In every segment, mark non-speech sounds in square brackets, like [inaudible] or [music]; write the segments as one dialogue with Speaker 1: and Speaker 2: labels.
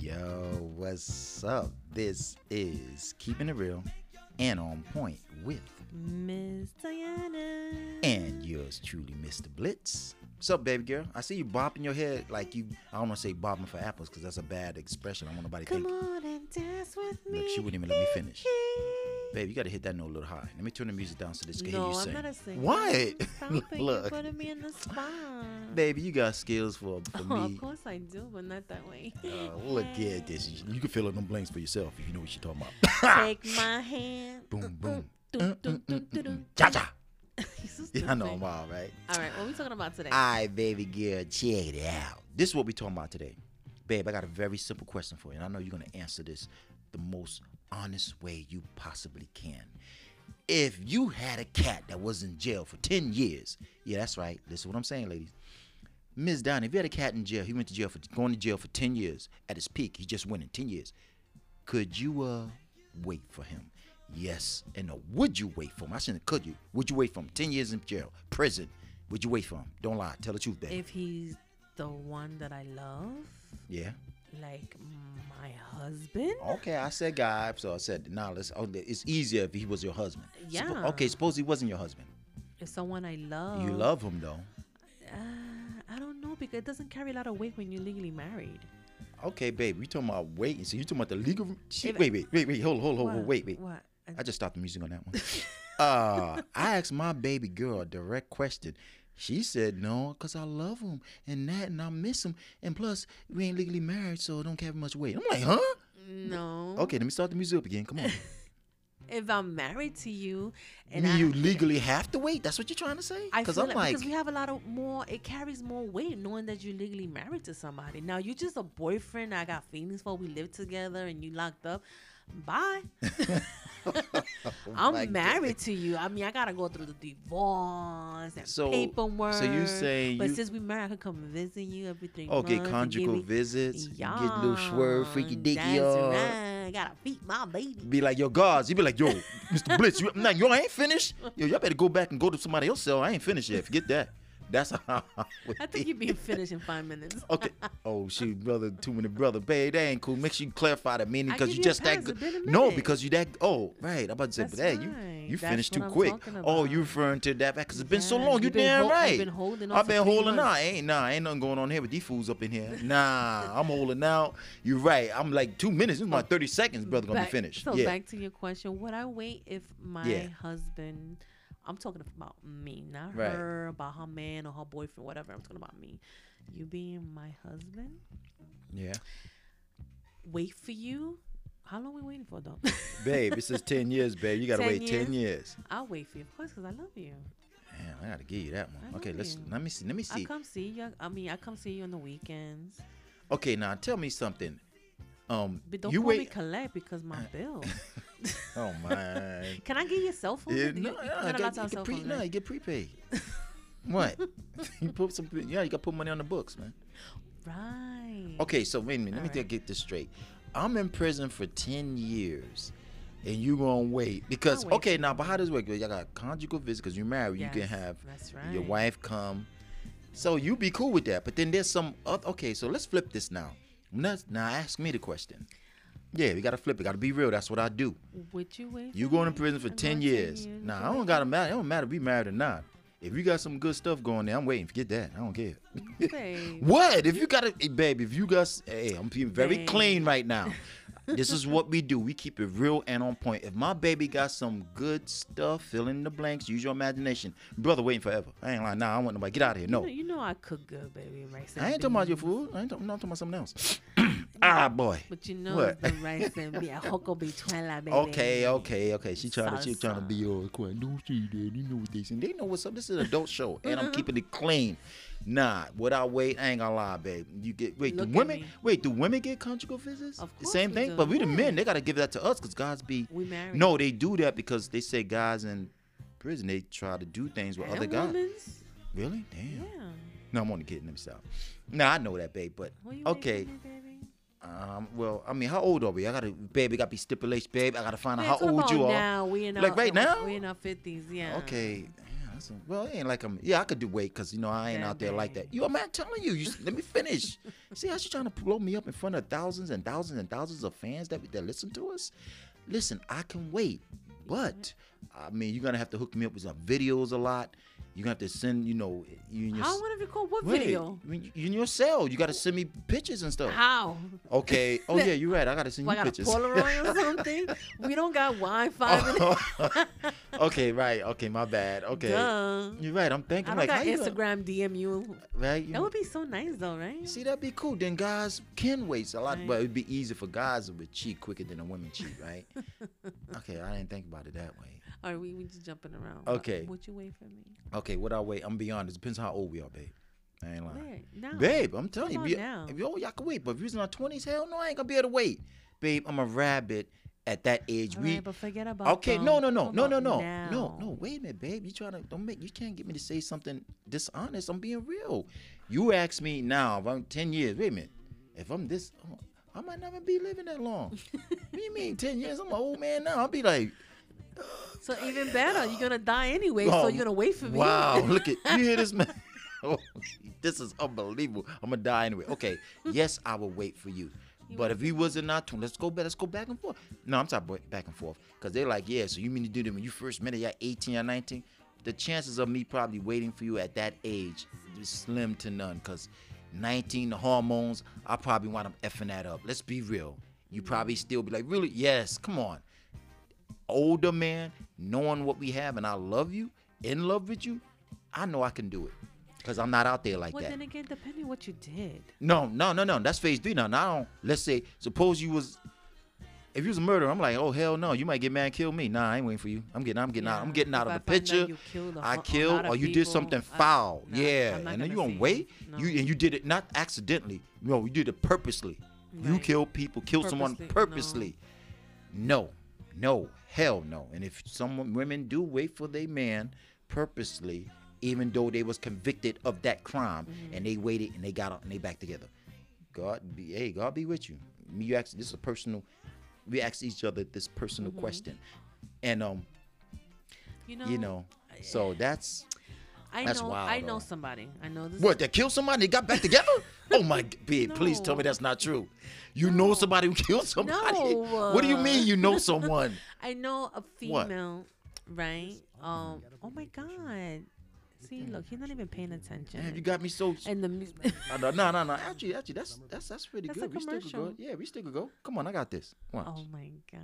Speaker 1: Yo, what's up? This is Keeping It Real and On Point with
Speaker 2: Miss Diana.
Speaker 1: and yours truly, Mr. Blitz. What's up, baby girl? I see you bopping your head like you. I don't want to say bopping for apples because that's a bad expression. I don't want nobody
Speaker 2: Come
Speaker 1: think.
Speaker 2: on and dance with me.
Speaker 1: Look, she wouldn't even let me finish. Babe, you got to hit that note a little high. Let me turn the music down so this can hear
Speaker 2: No,
Speaker 1: you
Speaker 2: I'm
Speaker 1: sing.
Speaker 2: not a singer.
Speaker 1: What?
Speaker 2: [laughs] Stop it. You're
Speaker 1: Look,
Speaker 2: putting me in
Speaker 1: [laughs]
Speaker 2: the spot.
Speaker 1: baby, you got skills for
Speaker 2: [laughs]
Speaker 1: for
Speaker 2: Oh,
Speaker 1: me.
Speaker 2: of course I do, but not
Speaker 1: [laughs]
Speaker 2: that way.
Speaker 1: Uh, look at this. You- You can fill in them blanks for yourself if you know what you're talking about. [laughs]
Speaker 2: Take my hand.
Speaker 1: boom, boom. uh,
Speaker 2: Dun, dun, dun, dun, dun. [laughs]
Speaker 1: Cha cha.
Speaker 2: You're
Speaker 1: [laughs]
Speaker 2: so
Speaker 1: uh, Yeah, I know I'm Ah.
Speaker 2: stupid.
Speaker 1: all right.
Speaker 2: All right, what are we talking about today?
Speaker 1: All right, baby girl, check it out. This is what we're talking about today. Babe, I got a very simple question for you, and I know you're going to answer this the most honest way you possibly can. If you had a cat that was in jail for 10 years, yeah, that's right. This is what I'm saying, ladies. Ms. Donnie, if you had a cat in jail, he went to jail for going to jail for 10 years. At his peak, he just went in 10 years. Could you uh wait for him? Yes and no. Would you wait for him? I shouldn't could you? Would you wait for him? Ten years in jail, prison. Would you wait for him? Don't lie. Tell the truth, baby.
Speaker 2: If he's the one that I love,
Speaker 1: yeah.
Speaker 2: like my husband,
Speaker 1: Okay, I said guy, so I said nah. Let's. Oh, it's easier if he was your husband. Suppo-
Speaker 2: Yeah. Oh.
Speaker 1: okay, suppose he wasn't your husband.
Speaker 2: if someone I love,
Speaker 1: You love him though.
Speaker 2: Uh, I don't know because it doesn't carry a lot of weight when you're legally married.
Speaker 1: Okay, babe, you talking about waiting? So you talking about the legal? Shit,
Speaker 2: If-
Speaker 1: wait, wait, wait, wait. Hold, hold, hold,
Speaker 2: What?
Speaker 1: hold Oh, wait, wait.
Speaker 2: What? I-
Speaker 1: I just stopped the music on that one. uh, I asked my baby girl a direct question. She said no, cause I love him and that, and I miss him, and plus we ain't legally married, so it don't carry much weight. I'm like, huh?
Speaker 2: no.
Speaker 1: Okay, let me start the music up again. Come on.
Speaker 2: If I'm married to
Speaker 1: You
Speaker 2: you, [laughs] and
Speaker 1: mean
Speaker 2: I,
Speaker 1: you legally have to wait? That's what you're trying to say?
Speaker 2: I
Speaker 1: Because
Speaker 2: feel
Speaker 1: I'm
Speaker 2: like,
Speaker 1: like,
Speaker 2: because we have a lot of more. It carries more weight knowing that you're legally married to somebody. Now you're just a boyfriend. I got feelings for. We live together, and you locked up.
Speaker 1: [laughs]
Speaker 2: Bye.
Speaker 1: my
Speaker 2: I'm married to you. I mean, I gotta go through the divorce and
Speaker 1: So- so you
Speaker 2: paperwork.
Speaker 1: saying
Speaker 2: But
Speaker 1: you-
Speaker 2: since we married, I could come visit you every three months.
Speaker 1: okay,
Speaker 2: and give
Speaker 1: conjugal
Speaker 2: me-
Speaker 1: visits, get a little swerve, freaky
Speaker 2: Yeah,
Speaker 1: dicky,
Speaker 2: that's
Speaker 1: uh,
Speaker 2: right. Gotta feed my baby.
Speaker 1: be like, yo, guards. You be like, yo, Mr.
Speaker 2: [laughs]
Speaker 1: Blitz, you, nah, yo, I ain't finished. Yo, y'all better go back and go to somebody else's cell. I ain't finished yet. Forget that. That's how I would
Speaker 2: I think
Speaker 1: be.
Speaker 2: you'd be finished in five minutes.
Speaker 1: [laughs] Okay. Oh shoot, brother, too many brother. Babe, that ain't cool. Make sure you clarify the meaning
Speaker 2: I
Speaker 1: because
Speaker 2: give
Speaker 1: you
Speaker 2: you a
Speaker 1: just that
Speaker 2: pass.
Speaker 1: good.
Speaker 2: It's been a
Speaker 1: No,
Speaker 2: minute.
Speaker 1: because you that. Oh, right. I'm about to say,
Speaker 2: That's
Speaker 1: but hey, you
Speaker 2: right.
Speaker 1: you
Speaker 2: That's
Speaker 1: finished
Speaker 2: what
Speaker 1: too
Speaker 2: I'm
Speaker 1: quick.
Speaker 2: talking
Speaker 1: Oh, you
Speaker 2: about.
Speaker 1: referring to that back because it's been so
Speaker 2: Yeah,
Speaker 1: long.
Speaker 2: you've
Speaker 1: You
Speaker 2: been
Speaker 1: damn
Speaker 2: hol- you've
Speaker 1: right.
Speaker 2: been holding on
Speaker 1: I've
Speaker 2: for
Speaker 1: been
Speaker 2: three
Speaker 1: holding out.
Speaker 2: months.
Speaker 1: Ain't nah, ain't nothing going on here with these fools up in here.
Speaker 2: [laughs]
Speaker 1: Nah, I'm holding out. You're right. I'm like two minutes. This is my 30 seconds, brother. Gonna
Speaker 2: Oh. Back-
Speaker 1: be finished.
Speaker 2: So
Speaker 1: yeah.
Speaker 2: back to your question, would I wait if my
Speaker 1: Yeah.
Speaker 2: husband? I'm talking about me, not
Speaker 1: Right.
Speaker 2: her, about her man or her boyfriend, whatever. I'm talking about me. You being my husband,
Speaker 1: yeah.
Speaker 2: wait for you. How long we waiting for though? [laughs]
Speaker 1: Babe, it says 10 years, babe. You gotta
Speaker 2: 10
Speaker 1: wait 10 years.
Speaker 2: I'll wait for you, of course, because I love you.
Speaker 1: Damn, I gotta give you that one.
Speaker 2: I
Speaker 1: Okay,
Speaker 2: love
Speaker 1: let's
Speaker 2: you.
Speaker 1: let me see. Let me
Speaker 2: I
Speaker 1: see.
Speaker 2: come see you. I mean, I come see you on the weekends.
Speaker 1: Okay, now tell me something. Um,
Speaker 2: But don't
Speaker 1: you
Speaker 2: call me
Speaker 1: wait. Uh.
Speaker 2: collect because my bill.
Speaker 1: Oh
Speaker 2: [laughs]
Speaker 1: man.
Speaker 2: Can I get your
Speaker 1: [laughs]
Speaker 2: cell phone?
Speaker 1: Yeah,
Speaker 2: You-
Speaker 1: no,
Speaker 2: you-
Speaker 1: yeah,
Speaker 2: you're
Speaker 1: I
Speaker 2: not
Speaker 1: got-
Speaker 2: allowed to
Speaker 1: you
Speaker 2: have
Speaker 1: get
Speaker 2: cell
Speaker 1: pre-
Speaker 2: phone,
Speaker 1: no,
Speaker 2: right?
Speaker 1: you get
Speaker 2: [laughs]
Speaker 1: prepaid. what? [laughs] you put some. Yeah, you got to put money on the books, man.
Speaker 2: Right.
Speaker 1: Okay, so wait a minute. Let me
Speaker 2: All
Speaker 1: get-
Speaker 2: right.
Speaker 1: get this straight. I'm in prison for ten years, and you gonna wait because
Speaker 2: I'll wait
Speaker 1: okay now, but how does it work? Y'all got conjugal visits because you're married. You can
Speaker 2: Yes,
Speaker 1: have
Speaker 2: that's
Speaker 1: your
Speaker 2: right.
Speaker 1: wife come, so you be cool with that. But then there's some. Other, okay, so let's flip this now. Now, now ask me the question. Yeah, we gotta flip it. Gotta be real. That's what I do.
Speaker 2: Would you wait?
Speaker 1: You
Speaker 2: for
Speaker 1: going to
Speaker 2: me?
Speaker 1: prison for
Speaker 2: I'm
Speaker 1: ten
Speaker 2: going
Speaker 1: years.
Speaker 2: 10 Would
Speaker 1: Nah,
Speaker 2: you
Speaker 1: I don't
Speaker 2: wait?
Speaker 1: gotta matter. It don't matter if we married or not. If you got some good stuff going there, I'm waiting. Forget that. I don't care.
Speaker 2: Babe.
Speaker 1: what? If you got a hey, babe, if you got s- hey, I'm being very
Speaker 2: Babe.
Speaker 1: clean right now. this is what we do. We keep it real and on point. If my baby got some good stuff, fill in the blanks, use your imagination. Brother waiting forever. I ain't lying. Nah, I don't want nobody. Get out of here. No.
Speaker 2: You know, you know I cook good, baby. Rice and
Speaker 1: Oh. I ain't talking about your
Speaker 2: beans.
Speaker 1: food. I ain't talking, no, I'm talking about something else. [clears throat] ah boy.
Speaker 2: But you know
Speaker 1: What?
Speaker 2: it's the rice and beans. Huckleberry twila, baby.
Speaker 1: Okay, uh, okay, okay. She trying to she trying to
Speaker 2: Salsa.
Speaker 1: be all quiet. Don't say that. You know what they saying. They know what's up. This is an adult show, and I'm keeping it clean. Nah, what I wait, I ain't gonna lie, babe. You get wait.
Speaker 2: Look
Speaker 1: do
Speaker 2: at
Speaker 1: women
Speaker 2: me.
Speaker 1: wait? Do women get conjugal visits?
Speaker 2: Of
Speaker 1: The
Speaker 2: course
Speaker 1: Same
Speaker 2: we
Speaker 1: thing,
Speaker 2: do,
Speaker 1: but we the
Speaker 2: yeah.
Speaker 1: men. They gotta give that to us because guys be.
Speaker 2: We married.
Speaker 1: No, they do that because they say guys in prison they try to do things with
Speaker 2: And
Speaker 1: other guys.
Speaker 2: women's?
Speaker 1: Really? Damn.
Speaker 2: Yeah.
Speaker 1: No, I'm only kidding. Let me stop. Nah, I know that, babe. But
Speaker 2: Will you wait for
Speaker 1: okay.
Speaker 2: me, baby?
Speaker 1: Um, well, I mean, how old are we? I gotta, babe, it gotta be stipulation, babe. I gotta find out
Speaker 2: Man,
Speaker 1: how
Speaker 2: talk
Speaker 1: old
Speaker 2: about
Speaker 1: you are.
Speaker 2: Now we in
Speaker 1: Like
Speaker 2: our,
Speaker 1: right now?
Speaker 2: We're in our fifties. Yeah.
Speaker 1: Okay. Yeah, I said, well, it ain't like I'm. Yeah, I could do weight because you know I ain't
Speaker 2: Um, Yeah,
Speaker 1: out there like
Speaker 2: dang.
Speaker 1: that. You, I'm not telling you. you let me finish. See how she trying to blow me up in front of thousands and thousands and thousands of fans that that listen to us. Listen, I can wait, but I mean, you're gonna have to hook me up with some videos a lot. You're gonna have to send, you know, you and your
Speaker 2: How would it record what
Speaker 1: Wait,
Speaker 2: video?
Speaker 1: I mean, you in your cell. You gotta send me pictures and stuff.
Speaker 2: How? [laughs]
Speaker 1: Okay. Oh yeah, you're right. I gotta send
Speaker 2: Well,
Speaker 1: you
Speaker 2: I got a
Speaker 1: pictures.
Speaker 2: Polaroid or
Speaker 1: [laughs]
Speaker 2: [laughs] something. we don't got Wi-Fi. in [laughs] it.
Speaker 1: Oh. okay, right. Okay, my bad. Okay.
Speaker 2: Duh.
Speaker 1: You're right. I'm thinking
Speaker 2: I don't
Speaker 1: like
Speaker 2: got
Speaker 1: how you gonna-
Speaker 2: Instagram DM you.
Speaker 1: right? You-
Speaker 2: That would be so nice though, right?
Speaker 1: See, that'd be cool. Then guys can waste a lot,
Speaker 2: Right.
Speaker 1: but it'd be easier for guys to cheat quicker than a woman cheat,
Speaker 2: [laughs]
Speaker 1: right? okay, I didn't think about it that way.
Speaker 2: Or we we just jumping around. Wha-
Speaker 1: Okay.
Speaker 2: Would you wait for me?
Speaker 1: Okay, what I wait? I'm gonna be honest. Depends how old we are, babe. I ain't lying.
Speaker 2: Wait, no.
Speaker 1: Babe, I'm telling
Speaker 2: Come
Speaker 1: you,
Speaker 2: on now.
Speaker 1: be, if, oh, y'all can wait, but if you was in our twenties, hell no, I ain't gonna be able to wait. Babe, I'm a rabbit at that age.
Speaker 2: All
Speaker 1: we
Speaker 2: right, but forget about.
Speaker 1: okay? No, no,
Speaker 2: them.
Speaker 1: no,
Speaker 2: How
Speaker 1: no, no,
Speaker 2: about
Speaker 1: no,
Speaker 2: now?
Speaker 1: no, no. Wait a minute, babe. You trying to don't make you can't get me to say something dishonest. I'm being real. You ask me now if I'm ten years. Wait a minute. If I'm this, oh, I might never be living that long.
Speaker 2: [laughs]
Speaker 1: what do you mean ten years? I'm an old man now. I'll be like,
Speaker 2: So even better, you're gonna die anyway. so
Speaker 1: Oh,
Speaker 2: you're gonna wait for me. [laughs]
Speaker 1: Wow, look at you hear this man. [laughs] Oh, this is unbelievable. I'm gonna die anyway. Okay, yes, I will wait for you. But if he wasn't not tw- let's go back. Let's go back and forth. No, I'm talking about back and forth because they're like, yeah. So you mean to do that when you first met her? You're 18 or 19. The chances of me probably waiting for you at that age is slim to none. Cause 19, the hormones, I probably want to effing that up. Let's be real. You probably still be like, really? Yes. Come on older man, knowing what we have, and I love you, in love with you, I know I can do it. Cause I'm not out there like
Speaker 2: Well,
Speaker 1: that.
Speaker 2: then again, depending what you did.
Speaker 1: no, no, no, no. That's phase three now. Now, I don't- let's say, suppose you was, if you was a murderer, I'm like, oh hell no, you might get mad and kill me. Nah, I ain't waiting for you. I'm getting, I'm getting out. I'm
Speaker 2: Yeah,
Speaker 1: getting out
Speaker 2: if
Speaker 1: of
Speaker 2: I
Speaker 1: the
Speaker 2: find out
Speaker 1: picture.
Speaker 2: you killed a
Speaker 1: I
Speaker 2: whole- a
Speaker 1: killed,
Speaker 2: lot of
Speaker 1: or you did
Speaker 2: people,
Speaker 1: something
Speaker 2: I-
Speaker 1: foul.
Speaker 2: nah,
Speaker 1: yeah,
Speaker 2: I'm not
Speaker 1: and then you
Speaker 2: gonna
Speaker 1: gonna
Speaker 2: say
Speaker 1: wait.
Speaker 2: no.
Speaker 1: You and you did it not accidentally. No, you did it purposely. You
Speaker 2: Right.
Speaker 1: killed people, killed someone
Speaker 2: Purposely, no.
Speaker 1: purposely. No, no, hell no. And if some women do wait for their man purposely, even though they was convicted of that crime,
Speaker 2: Mm-hmm.
Speaker 1: and they waited and they got out and they back together, God be hey, God be with you. Me, you ask this is a personal. We ask each other this personal
Speaker 2: Mm-hmm.
Speaker 1: question, and um,
Speaker 2: You know.
Speaker 1: you know, so that's
Speaker 2: I
Speaker 1: that's
Speaker 2: know.
Speaker 1: wild,
Speaker 2: I know
Speaker 1: though.
Speaker 2: somebody. I know this.
Speaker 1: what they killed somebody. They got back
Speaker 2: [laughs]
Speaker 1: together. Oh my g- babe, please tell me
Speaker 2: No.
Speaker 1: that's not true. You know somebody who killed somebody.
Speaker 2: No.
Speaker 1: What do you mean you know someone?
Speaker 2: I know a female, right? Um. Oh my God. See, look, he's not even paying attention.
Speaker 1: Man, you got me so.
Speaker 2: and
Speaker 1: [laughs]
Speaker 2: the music.
Speaker 1: Uh, no, no, no, no. Actually, actually, that's that's that's pretty
Speaker 2: That's a
Speaker 1: good. We still could go.
Speaker 2: commercial.
Speaker 1: Yeah, we still could go. Come on, I got this. Watch.
Speaker 2: [laughs] oh my God,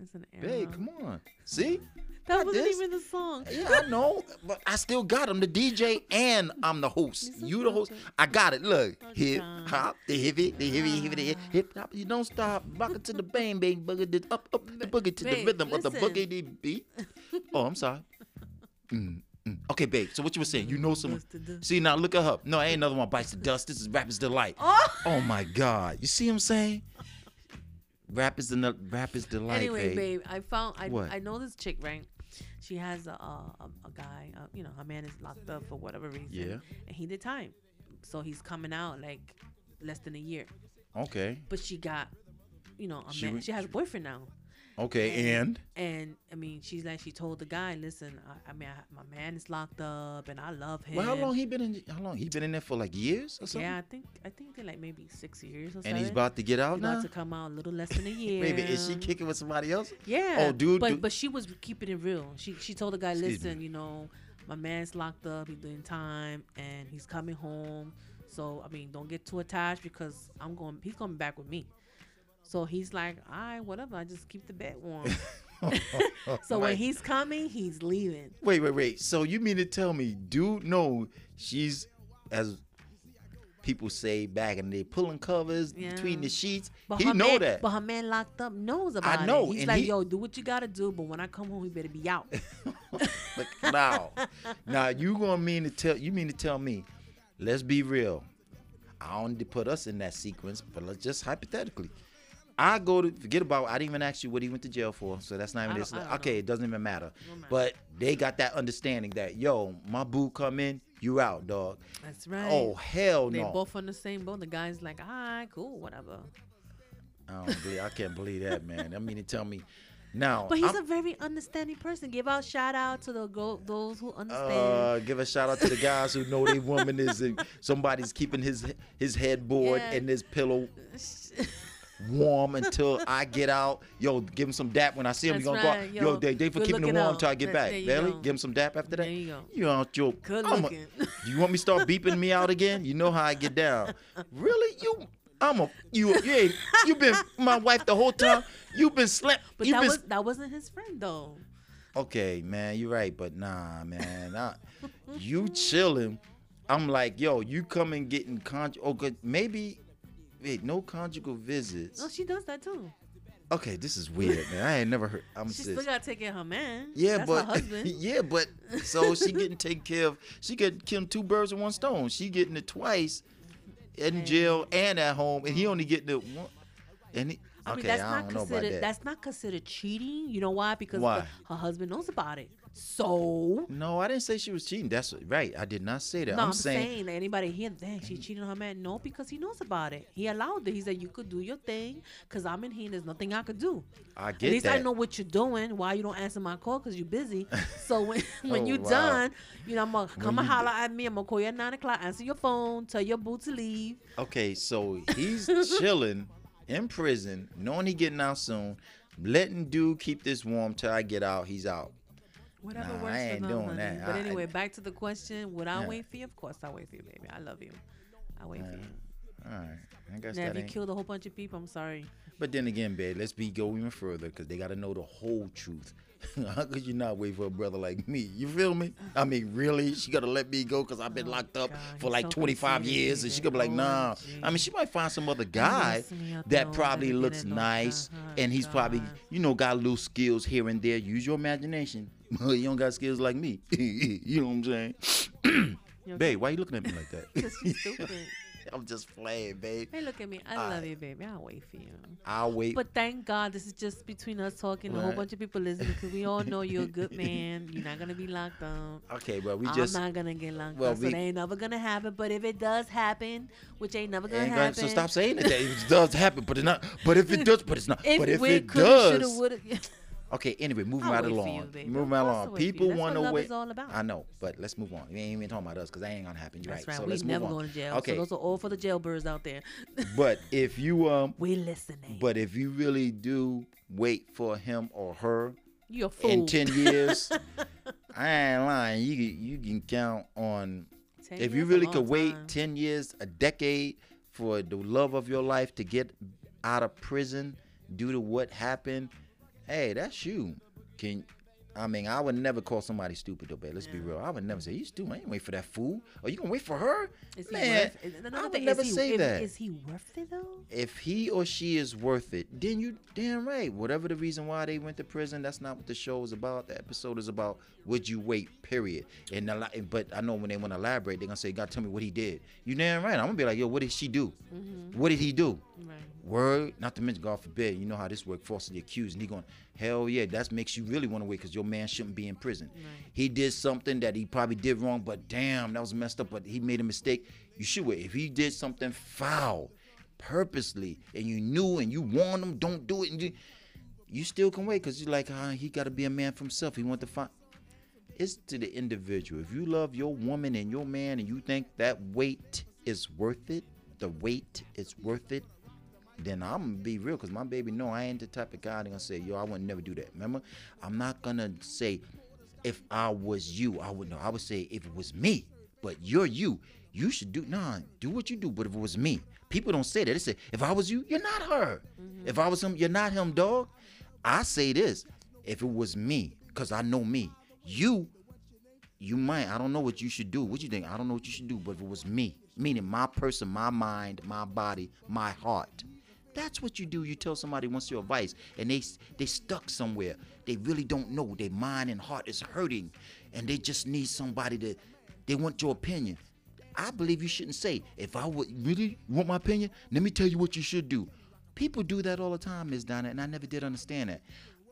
Speaker 2: it's an error.
Speaker 1: Babe, come on. See?
Speaker 2: That
Speaker 1: got
Speaker 2: wasn't
Speaker 1: this.
Speaker 2: even the song.
Speaker 1: Yeah, I know, but I still got him. The DJ and I'm the host.
Speaker 2: You're so
Speaker 1: You the host.
Speaker 2: talented.
Speaker 1: I got it. Look,
Speaker 2: Oh,
Speaker 1: hip
Speaker 2: God.
Speaker 1: hop, the hippie, the hippie, hippie, the hip hop. You don't stop. Rock it to the bang, bang, boogie, the up, up, the boogie to the
Speaker 2: babe,
Speaker 1: rhythm of the
Speaker 2: listen.
Speaker 1: boogie the beat. Oh, I'm sorry. Mm, mm. Okay, babe. So what you were saying? You know someone.
Speaker 2: Dust to dust.
Speaker 1: See now, look her up. No, ain't another one bites the dust. This is rappers delight.
Speaker 2: Oh.
Speaker 1: Oh my God! You see what I'm saying? Rap is the rap is delight,
Speaker 2: anyway,
Speaker 1: babe.
Speaker 2: babe. I found I
Speaker 1: What?
Speaker 2: I know this chick, right? She has a a, a, a guy, uh you know, her man is locked up for whatever reason.
Speaker 1: Yeah.
Speaker 2: And he did time, so he's coming out like less than a year.
Speaker 1: Okay,
Speaker 2: But she got, you know, a
Speaker 1: She
Speaker 2: man.
Speaker 1: went-
Speaker 2: She has a boyfriend now,
Speaker 1: okay, and
Speaker 2: and I mean, she's like she told the guy, listen, I, I mean, I, my man is locked up, and I love him.
Speaker 1: well, how long he been in? How long he been in there for? Like years or something.
Speaker 2: yeah, I think I think they're like maybe six years or something.
Speaker 1: and he's about to get out
Speaker 2: He's about
Speaker 1: now.
Speaker 2: to come out a little less
Speaker 1: [laughs]
Speaker 2: than a year.
Speaker 1: Wait, a minute, is she kicking with somebody else?
Speaker 2: Yeah.
Speaker 1: Oh, dude,
Speaker 2: But
Speaker 1: dude-
Speaker 2: but she was keeping it real. She she told the guy,
Speaker 1: Excuse me.
Speaker 2: listen, you know, my man's locked up. He's doing time, and he's coming home. So I mean, don't get too attached because I'm going. He's coming back with me. So he's like, all right, whatever. I just keep the bed warm. [laughs] so
Speaker 1: Right.
Speaker 2: when he's coming, he's leaving.
Speaker 1: wait, wait, wait. So you mean to tell me, dude? No, she's as people say back in the pulling covers between
Speaker 2: Yeah.
Speaker 1: the sheets.
Speaker 2: But
Speaker 1: he
Speaker 2: her
Speaker 1: know
Speaker 2: man,
Speaker 1: that.
Speaker 2: But her man locked up knows about
Speaker 1: know,
Speaker 2: it. He's
Speaker 1: and
Speaker 2: like,
Speaker 1: he-
Speaker 2: yo, do what you gotta do, but when I come home, he better
Speaker 1: [laughs]
Speaker 2: be out.
Speaker 1: like now, now you gonna mean to tell you mean to tell me? Let's be real. I don't need to put us in that sequence, but let's just hypothetically. I go to forget about. I didn't even ask you what he went to jail for, so that's not even.
Speaker 2: I
Speaker 1: This,
Speaker 2: don't- I don't
Speaker 1: okay,
Speaker 2: know.
Speaker 1: it doesn't even matter.
Speaker 2: Don't matter.
Speaker 1: But they got that understanding that yo, my boo come in, you out, dog.
Speaker 2: That's right.
Speaker 1: Oh hell
Speaker 2: they
Speaker 1: no!
Speaker 2: both on the same boat. The guy's like, all right, cool, whatever.
Speaker 1: I don't believe. I can't believe that, man. I mean to tell me, Now,
Speaker 2: But he's
Speaker 1: I'm-
Speaker 2: a very understanding person. Give out shout out to the go- those who understand. [laughs]
Speaker 1: Uh, give a shout out to the guys who know their woman is somebody's keeping his his headboard
Speaker 2: Yeah.
Speaker 1: and his pillow warm until I get out. Yo, give him some dap when I see him.
Speaker 2: That's
Speaker 1: you gonna
Speaker 2: right,
Speaker 1: go out. Yo,
Speaker 2: yo.
Speaker 1: they, they for
Speaker 2: Good
Speaker 1: keeping it
Speaker 2: looking
Speaker 1: warm
Speaker 2: out.
Speaker 1: until I get
Speaker 2: That-
Speaker 1: back.
Speaker 2: there you
Speaker 1: Really?
Speaker 2: go.
Speaker 1: Give him some dap after that.
Speaker 2: There you go.
Speaker 1: You out your
Speaker 2: Good
Speaker 1: I'ma-
Speaker 2: looking.
Speaker 1: [laughs] you want me to start beeping me out again? You know how I get down. Really? You I'm a you you ain't you been my wife the whole time. You've been slept.
Speaker 2: but
Speaker 1: you
Speaker 2: that
Speaker 1: been
Speaker 2: was that wasn't his friend though.
Speaker 1: okay, man, you're right, but nah, man, nah. you chilling. I'm like, yo, you come and getting con. Oh, good, maybe. Wait, no conjugal visits.
Speaker 2: No, she does that too.
Speaker 1: Okay, this is weird, man. I ain't never heard. I'm
Speaker 2: She still
Speaker 1: sis.
Speaker 2: got to take care of her man.
Speaker 1: Yeah,
Speaker 2: That's
Speaker 1: but [laughs]
Speaker 2: her husband.
Speaker 1: yeah, but so she getting taken care of. She getting killing two birds with one stone. She getting it twice, in jail and at home, and he only getting it one. And he,
Speaker 2: I mean,
Speaker 1: okay,
Speaker 2: that's
Speaker 1: I
Speaker 2: not
Speaker 1: don't know about
Speaker 2: considered.
Speaker 1: that.
Speaker 2: That's not considered cheating. You know why? Because
Speaker 1: Why?
Speaker 2: the- her husband knows about it. So
Speaker 1: No, I didn't say she was cheating. That's what- right. I did not say that.
Speaker 2: no,
Speaker 1: I'm, saying,
Speaker 2: that anybody here, dang, she cheating on her man. No, because he knows about it. He allowed it. He said, "You could do your thing, cause I'm in here. and There's nothing I could do.
Speaker 1: I
Speaker 2: At
Speaker 1: get
Speaker 2: least
Speaker 1: that.
Speaker 2: I know what you're doing. Why you don't answer my call? Cause you're busy.
Speaker 1: [laughs]
Speaker 2: So when when
Speaker 1: Oh,
Speaker 2: you're
Speaker 1: wow.
Speaker 2: done, you know I'm gonna come
Speaker 1: you
Speaker 2: and holler at me. I'm gonna call you at nine o'clock. Answer your phone. Tell your boo to leave.
Speaker 1: Okay, so he's chilling in prison, knowing he getting out soon, letting dude keep this warm till I get out. He's out.
Speaker 2: Whatever
Speaker 1: Nah,
Speaker 2: works
Speaker 1: I ain't
Speaker 2: for them,
Speaker 1: doing
Speaker 2: honey.
Speaker 1: that.
Speaker 2: But
Speaker 1: I-
Speaker 2: anyway, back to the question: Would I
Speaker 1: Yeah.
Speaker 2: wait for you? Of course, I wait for you, baby. I love you. I wait for you.
Speaker 1: All right, I guess
Speaker 2: Now, if
Speaker 1: that
Speaker 2: you
Speaker 1: ain't.
Speaker 2: killed a whole bunch of people,
Speaker 1: [laughs]
Speaker 2: I'm sorry. [laughs]
Speaker 1: But then again, babe, let's be go even further because they gotta know the whole truth. [laughs] How could you not wait for a brother like me? You feel me? I mean, really? She gotta let me go because I've been
Speaker 2: Oh,
Speaker 1: locked up
Speaker 2: God,
Speaker 1: for
Speaker 2: he's
Speaker 1: like
Speaker 2: so
Speaker 1: 25
Speaker 2: conceited,
Speaker 1: years, and she gonna be like,
Speaker 2: baby.
Speaker 1: nah. I mean, she might find some other guy
Speaker 2: messing me up
Speaker 1: that
Speaker 2: though,
Speaker 1: probably
Speaker 2: baby, get
Speaker 1: looks
Speaker 2: it, Lord.
Speaker 1: nice,
Speaker 2: Uh-huh,
Speaker 1: and he's probably,
Speaker 2: God.
Speaker 1: you know, got little skills here and there. Use your imagination. [laughs] you don't got skills like me. [laughs] you know what I'm saying?
Speaker 2: You okay?
Speaker 1: Babe, why you looking at me like
Speaker 2: [laughs] Because she's
Speaker 1: that?
Speaker 2: stupid.
Speaker 1: I'm just playing, babe.
Speaker 2: Hey, look at me. I
Speaker 1: All
Speaker 2: love
Speaker 1: right.
Speaker 2: you, baby. I'll wait for you.
Speaker 1: I'll wait.
Speaker 2: But thank God this is just between us talking, a whole
Speaker 1: Right.
Speaker 2: bunch of people listening, because we all know you're
Speaker 1: [laughs]
Speaker 2: a good man. You're not going to be locked up.
Speaker 1: okay, but we
Speaker 2: I'm
Speaker 1: just
Speaker 2: not going to get locked
Speaker 1: well,
Speaker 2: up. So
Speaker 1: we-
Speaker 2: that ain't never going to happen. But if it does happen, which ain't never going to
Speaker 1: Ain't gonna-
Speaker 2: happen.
Speaker 1: so stop saying it. That it does happen, but it's not. But if it does, but it's not.
Speaker 2: [laughs] If
Speaker 1: but if
Speaker 2: we
Speaker 1: it
Speaker 2: coulda, shoulda,
Speaker 1: does,
Speaker 2: woulda- [laughs]
Speaker 1: okay. Anyway, moving
Speaker 2: I'll
Speaker 1: right
Speaker 2: wait for
Speaker 1: along.
Speaker 2: you, baby.
Speaker 1: Moving
Speaker 2: Of
Speaker 1: right
Speaker 2: course
Speaker 1: along.
Speaker 2: I'll wait for you.
Speaker 1: People
Speaker 2: That's what
Speaker 1: want to
Speaker 2: love
Speaker 1: wait.
Speaker 2: is all about.
Speaker 1: I know, but let's move on. We ain't even talking about us because that ain't gonna happen. You're
Speaker 2: That's
Speaker 1: right.
Speaker 2: right.
Speaker 1: So
Speaker 2: we
Speaker 1: let's
Speaker 2: never
Speaker 1: move on.
Speaker 2: going to jail.
Speaker 1: Okay,
Speaker 2: So those are all for the jailbirds out there. [laughs]
Speaker 1: but if you um,
Speaker 2: we listening.
Speaker 1: but if you really do wait for him or her
Speaker 2: you're a fool.
Speaker 1: in ten
Speaker 2: [laughs]
Speaker 1: years, I ain't lying. You can- you can count on
Speaker 2: 10
Speaker 1: if you
Speaker 2: years a
Speaker 1: really could
Speaker 2: long
Speaker 1: wait
Speaker 2: time.
Speaker 1: 10 years a decade for the love of your life to get out of prison due to what happened hey that's you can I mean, I would never call somebody stupid though, babe. Let's be real. I would never say you stupid. I ain't wait for that fool. Are you gonna wait for her?
Speaker 2: Is he
Speaker 1: Man,
Speaker 2: worth, another
Speaker 1: I would
Speaker 2: thing, is
Speaker 1: never
Speaker 2: he-
Speaker 1: say
Speaker 2: if-
Speaker 1: that.
Speaker 2: Is he worth it though?
Speaker 1: if he or she is worth it, then you damn right. Whatever the reason why they went to prison, that's not what the show is about. The episode is about would you wait, period. And a lot, but I know when they want to elaborate, they're gonna say, God, tell me what he did. You damn right. I'm gonna be like, yo, what did she do? What did he do?
Speaker 2: Right.
Speaker 1: Word, not to mention, God forbid, you know how this work falsely accused, and he going, hell yeah, that makes you really want to wait because your man shouldn't be in prison. He did something that he probably did wrong, but damn, that was messed up. But he made a mistake. You should wait. If he did something foul, purposely, and you knew and you warned him, don't do it, and you, you still can wait because you're like, ah, he got to be a man for himself. He want to find. It's to the individual. If you love your woman and your man, and you think that wait is worth it, the wait is worth it then I'm gonna be real because my baby know I ain't the type of guy that gonna say, yo, I would never do that. Remember? I'm not gonna say if I was you, I would know. I would say if it was me, but you're you. You should do nah, do what you do, but if it was me. People don't say that. They say, if I was you, you're not her. If I was him, you're not him, dog. I say this, if it was me, because I know me. You you might. I don't know what you should do. What you think? I don't know what you should do. But if it was me, meaning my person, my mind, my body, my heart, that's what you do. You tell somebody wants your advice, and they they stuck somewhere. They really don't know. Their mind and heart is hurting, and they just need somebody to. They want your opinion. I believe you shouldn't say. If I would really you want my opinion, let me tell you what you should do. People do that all the time, Ms. Donna, and I never did understand that.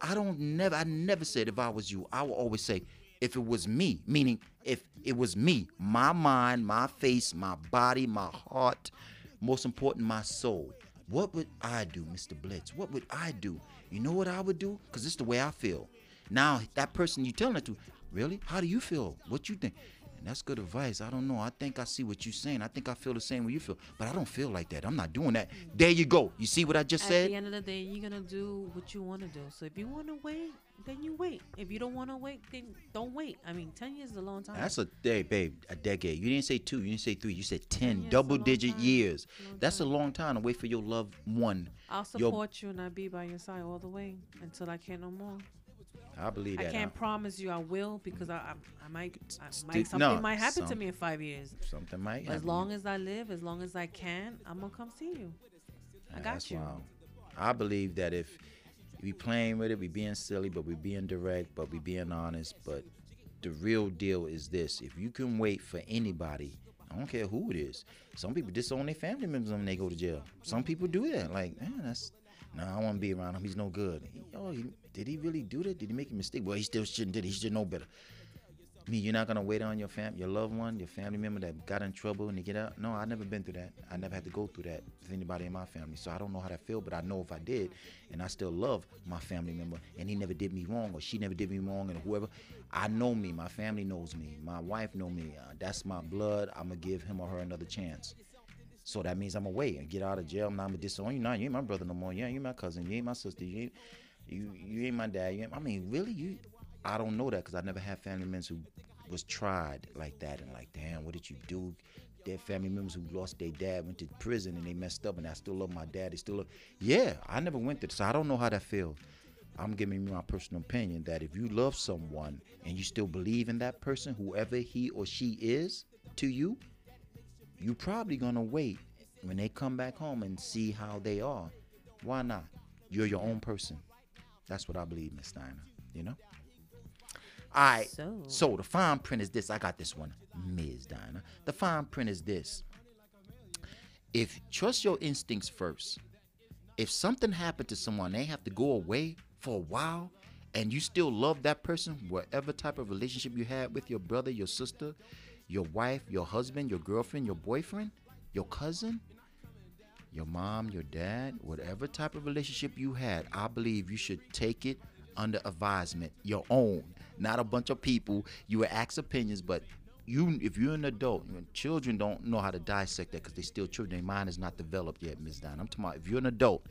Speaker 1: I don't never I never said if I was you. I will always say if it was me, meaning if it was me, my mind, my face, my body, my heart, most important my soul. What would I do, Mr. Blitz? What would I do? You know what I would do? Because it's the way I feel. Now, that person you're telling it to, really? How do you feel? What you think? And that's good advice. I don't know. I think I see what you're saying. I think I feel the same way you feel. But I don't feel like that. I'm not doing that. There you go. You see what I just
Speaker 2: At
Speaker 1: said?
Speaker 2: the end of the day, you're gonna do what you want to do. So if you want to wait, then you wait. If you don't want to wait, then don't wait. I mean, ten years is a long time.
Speaker 1: That's a day, babe, a decade. You didn't say two, you didn't say three, you said ten
Speaker 2: years,
Speaker 1: double
Speaker 2: a long
Speaker 1: digit
Speaker 2: time.
Speaker 1: years.
Speaker 2: Long
Speaker 1: That's a
Speaker 2: time.
Speaker 1: long time to wait for your loved one.
Speaker 2: I'll
Speaker 1: your-
Speaker 2: support you and I'll be by your side all the way until I can't no more.
Speaker 1: I believe
Speaker 2: I
Speaker 1: that.
Speaker 2: can't
Speaker 1: huh?
Speaker 2: promise you I will because I I, I might, I
Speaker 1: Stick-
Speaker 2: might something
Speaker 1: no,
Speaker 2: might happen to
Speaker 1: some-
Speaker 2: me in five years.
Speaker 1: Something might
Speaker 2: As
Speaker 1: happen.
Speaker 2: long as I live, as long as I can, I'm gonna come see you.
Speaker 1: Yeah,
Speaker 2: I got
Speaker 1: that's
Speaker 2: you.
Speaker 1: wild. I believe that if we playing with it, we being silly, but we being direct, but we being honest. But the real deal is this: if you can wait for anybody, I don't care who it is. Some people disown their family members when they go to jail. Some people do that. Like, man, that's no, I want to be around him. He's no good. He- oh, he, did he really do that? Did he make a mistake? Well, he still shouldn't did. it. He should know better. I mean, you're not gonna wait on your fam, your loved one, your family member that got in trouble and they get out. No, I never been through that. I never had to go through that with anybody in my family, so I don't know how that feel. But I know if I did, and I still love my family member, and he never did me wrong, or she never did me wrong, and whoever, I know me. My family knows me. My wife know me. Uh, that's my blood. I'm gonna give him or her another chance. So that means I'm away and get out of jail. Now I'm gonna disown you. Now you ain't my brother no more. You ain't you my cousin. You ain't my sister. You ain't you, you ain't my dad. You ain't, I mean, really, you. I don't know that because I never had family members who was tried like that and like, damn, what did you do? Their family members who lost their dad went to prison and they messed up, and I still love my dad. They still love. Yeah, I never went through. So I don't know how that feels. I'm giving you my personal opinion that if you love someone and you still believe in that person, whoever he or she is to you, you probably gonna wait when they come back home and see how they are. Why not? You're your own person. That's what I believe, Miss Steiner. You know? All right.
Speaker 2: So-
Speaker 1: so the fine print is this. I got this one, Ms. Diner. The fine print is this. If trust your instincts first, if something happened to someone, they have to go away for a while, and you still love that person, whatever type of relationship you had with your brother, your sister, your wife, your husband, your girlfriend, your boyfriend, your cousin, your mom, your dad, whatever type of relationship you had, I believe you should take it under advisement, your own, not a bunch of people. You would ask opinions, but you, if you're an adult, and children don't know how to dissect that because they still children. Their mind is not developed yet, Ms. Don. I'm talking about if you're an adult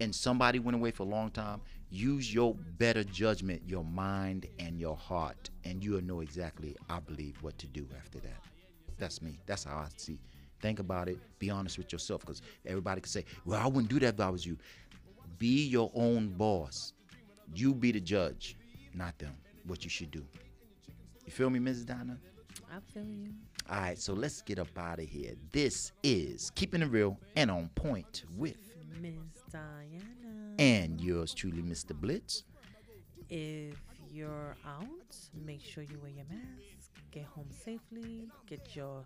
Speaker 1: and somebody went away for a long time, use your better judgment, your mind, and your heart, and you'll know exactly, I believe, what to do after that. That's me. That's how I see. Think about it. Be honest with yourself, because everybody can say, "Well, I wouldn't do that if I was you." Be your own boss. You be the judge, not them. What you should do. You feel me, Mrs. Donna?
Speaker 2: I feel you.
Speaker 1: All right. So let's get up out of here. This is keeping it real and on point with,
Speaker 2: Miss Diana.
Speaker 1: and yours truly, Mr. Blitz.
Speaker 2: If you're out, make sure you wear your mask. Get home safely. Get your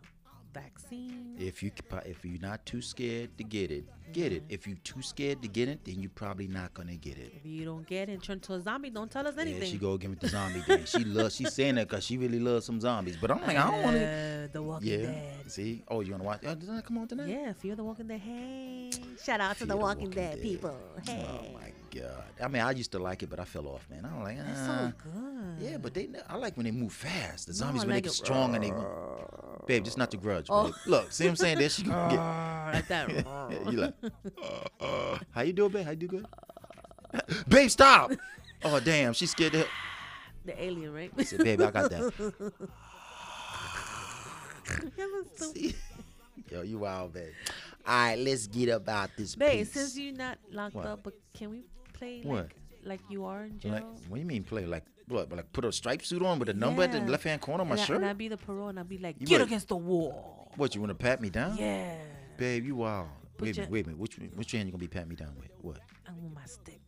Speaker 2: vaccine.
Speaker 1: If you c- if you're not too scared to get it, get it. If you're too scared to get it, then you're probably not gonna get it.
Speaker 2: If you don't get it, turn into a zombie. Don't tell us anything.
Speaker 1: Yeah, she go again with the zombie thing. She loves. She's saying that because she really loves some zombies. But I'm like, I don't want to.
Speaker 2: Uh, The Walking
Speaker 1: Yeah.
Speaker 2: Dead.
Speaker 1: See. Oh, you want to watch? Oh, does that come on tonight?
Speaker 2: Yeah, Fear the Walking Dead. Hey, shout out
Speaker 1: Fear
Speaker 2: to The Walking, Dead, people. Hey,
Speaker 1: Oh my God. I mean, I used to like it, but I fell off, man. I'm like,
Speaker 2: that's
Speaker 1: ah.
Speaker 2: so
Speaker 1: [laughs]
Speaker 2: good.
Speaker 1: Yeah, but they. ne- I like when they move fast. The zombies
Speaker 2: I
Speaker 1: when
Speaker 2: like
Speaker 1: they get
Speaker 2: it.
Speaker 1: strong and they. Babe, just not the grudge.
Speaker 2: Oh.
Speaker 1: babe. Look, see what I'm saying? There she gonna
Speaker 2: [laughs]
Speaker 1: get. [laughs]
Speaker 2: like that.
Speaker 1: you
Speaker 2: [laughs]
Speaker 1: like, uh, uh, how you doing, babe? How you do good? [laughs] babe,
Speaker 2: [laughs]
Speaker 1: stop! Oh damn, she scared the hell.
Speaker 2: the alien, right?
Speaker 1: [laughs]
Speaker 2: [laughs]
Speaker 1: I said, babe, I got that. See? Yo, you wild, babe. All right, let's get about this
Speaker 2: Babe,
Speaker 1: piece.
Speaker 2: since you're not locked
Speaker 1: What?
Speaker 2: up, but can we play like,
Speaker 1: What?
Speaker 2: like you are in jail?
Speaker 1: like, what do you mean play? Like, what? Like, put a stripe suit on with a number at the
Speaker 2: Yeah.
Speaker 1: left hand corner of my
Speaker 2: and I,
Speaker 1: shirt?
Speaker 2: and I'd be the parole, and I'd be like,
Speaker 1: You
Speaker 2: get
Speaker 1: would.
Speaker 2: against the wall.
Speaker 1: What? You want to pat me down?
Speaker 2: Yeah.
Speaker 1: Babe, you wild.
Speaker 2: Put
Speaker 1: wait a minute,
Speaker 2: your-
Speaker 1: wait a minute. Which which hand you gonna be patting me down with? What?
Speaker 2: I want my stick.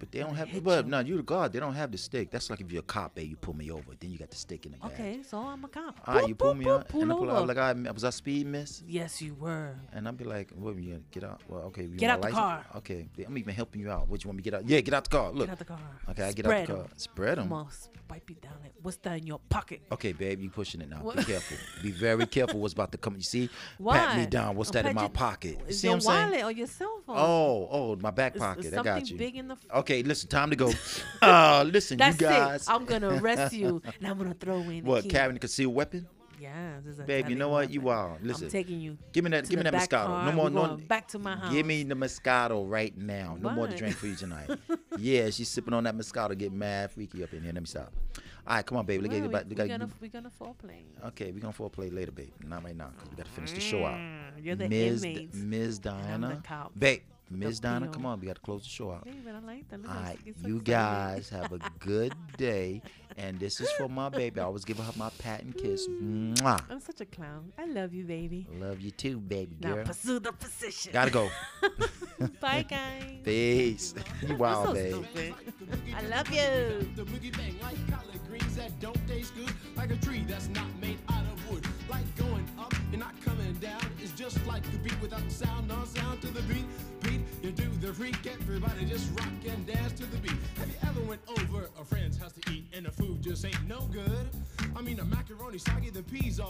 Speaker 1: But they don't
Speaker 2: Gonna
Speaker 1: have.
Speaker 2: hit
Speaker 1: But
Speaker 2: you.
Speaker 1: no, you the guard. They don't have the stick. That's like if you're a cop, hey, you pull me over. Then you got the stick in the back.
Speaker 2: Okay, so I'm a cop.
Speaker 1: All right, Ah, you
Speaker 2: Boop,
Speaker 1: pull
Speaker 2: boop,
Speaker 1: me
Speaker 2: boop,
Speaker 1: up,
Speaker 2: pull
Speaker 1: and I pull
Speaker 2: over.
Speaker 1: up like I was I speed miss,
Speaker 2: yes, you were.
Speaker 1: and I'll be like, "What? You gonna get out? Well, okay, you
Speaker 2: Get
Speaker 1: want my
Speaker 2: out the
Speaker 1: license? Okay, I'm even helping you out. What you want me to get out? Yeah, get out the car. Look,
Speaker 2: Get out the car.
Speaker 1: okay, I get out
Speaker 2: Spread
Speaker 1: the
Speaker 2: 'em.
Speaker 1: car. Spread them.
Speaker 2: Come on, wipe it down. Like, What's that in your pocket?
Speaker 1: Okay, babe, you pushing it now.
Speaker 2: What?
Speaker 1: Be careful. Be very careful. What's about to come? You see,
Speaker 2: Why?
Speaker 1: pat me down. What's
Speaker 2: I'll
Speaker 1: that in
Speaker 2: pat
Speaker 1: my
Speaker 2: you-
Speaker 1: pocket? You
Speaker 2: It's
Speaker 1: see
Speaker 2: your
Speaker 1: what I'm saying?
Speaker 2: wallet or your cell phone.
Speaker 1: Oh, oh, my back
Speaker 2: It's-
Speaker 1: pocket.
Speaker 2: it's
Speaker 1: I got
Speaker 2: something
Speaker 1: you.
Speaker 2: big in the. f-
Speaker 1: Okay, listen, time to
Speaker 2: [laughs]
Speaker 1: go. uh, listen,
Speaker 2: That's
Speaker 1: you guys.
Speaker 2: it. I'm gonna
Speaker 1: [laughs]
Speaker 2: arrest you, and I'm gonna throw in the
Speaker 1: what
Speaker 2: key.
Speaker 1: carrying a concealed weapon?
Speaker 2: Yeah, this is a
Speaker 1: Babe, you
Speaker 2: telling
Speaker 1: know what? You
Speaker 2: weapon.
Speaker 1: wild. Listen,
Speaker 2: I'm taking you.
Speaker 1: give me that.
Speaker 2: to
Speaker 1: Give me
Speaker 2: the
Speaker 1: that
Speaker 2: back
Speaker 1: Moscato.
Speaker 2: car.
Speaker 1: No more.
Speaker 2: We're
Speaker 1: No.
Speaker 2: going back to my house.
Speaker 1: Give me the Moscato right now. No more to
Speaker 2: Why?
Speaker 1: drink for you
Speaker 2: [laughs]
Speaker 1: tonight. yeah, she's sipping on that Moscato. Get mad freaky up in here. Let me stop. All right, come on, babe. Look at
Speaker 2: Well,
Speaker 1: you. about-
Speaker 2: we,
Speaker 1: look Uh, at
Speaker 2: are
Speaker 1: you-
Speaker 2: gonna we're gonna foreplay.
Speaker 1: Okay, we're gonna foreplay later, babe. Not right now, cause we gotta finish the show out.
Speaker 2: Mm, You're the
Speaker 1: Ms. D-
Speaker 2: inmates.
Speaker 1: Ms.
Speaker 2: I'm the
Speaker 1: Diana.
Speaker 2: cop.
Speaker 1: Babe, Ms.
Speaker 2: The
Speaker 1: Diana,
Speaker 2: peon.
Speaker 1: come on, we gotta close the show out.
Speaker 2: Babe, I like that. Look
Speaker 1: All
Speaker 2: at us
Speaker 1: right,
Speaker 2: get so
Speaker 1: you
Speaker 2: excited.
Speaker 1: guys have a good day, and this is for my baby. I always give her my pat and
Speaker 2: [laughs]
Speaker 1: kiss. Mwah.
Speaker 2: I'm such a clown. I love you, baby.
Speaker 1: Love you too, baby
Speaker 2: Now
Speaker 1: Oh, girl.
Speaker 2: pursue the position.
Speaker 1: Gotta go.
Speaker 2: [laughs] Bye,
Speaker 1: [laughs]
Speaker 2: guys.
Speaker 1: Peace. You
Speaker 2: You're
Speaker 1: wild,
Speaker 2: so
Speaker 1: babe.
Speaker 2: stupid. [laughs] I love you.
Speaker 3: The boogie bang like collard greens that don't taste good, like a tree that's not made out of wood. Like going up and not coming down It's just like a beat without sound, no sound to the beat. Beat, you do the freak, everybody just rock and dance to the beat. Have you ever went over a friend's house to eat and the food just ain't no good? I mean, the macaroni soggy, the peas all.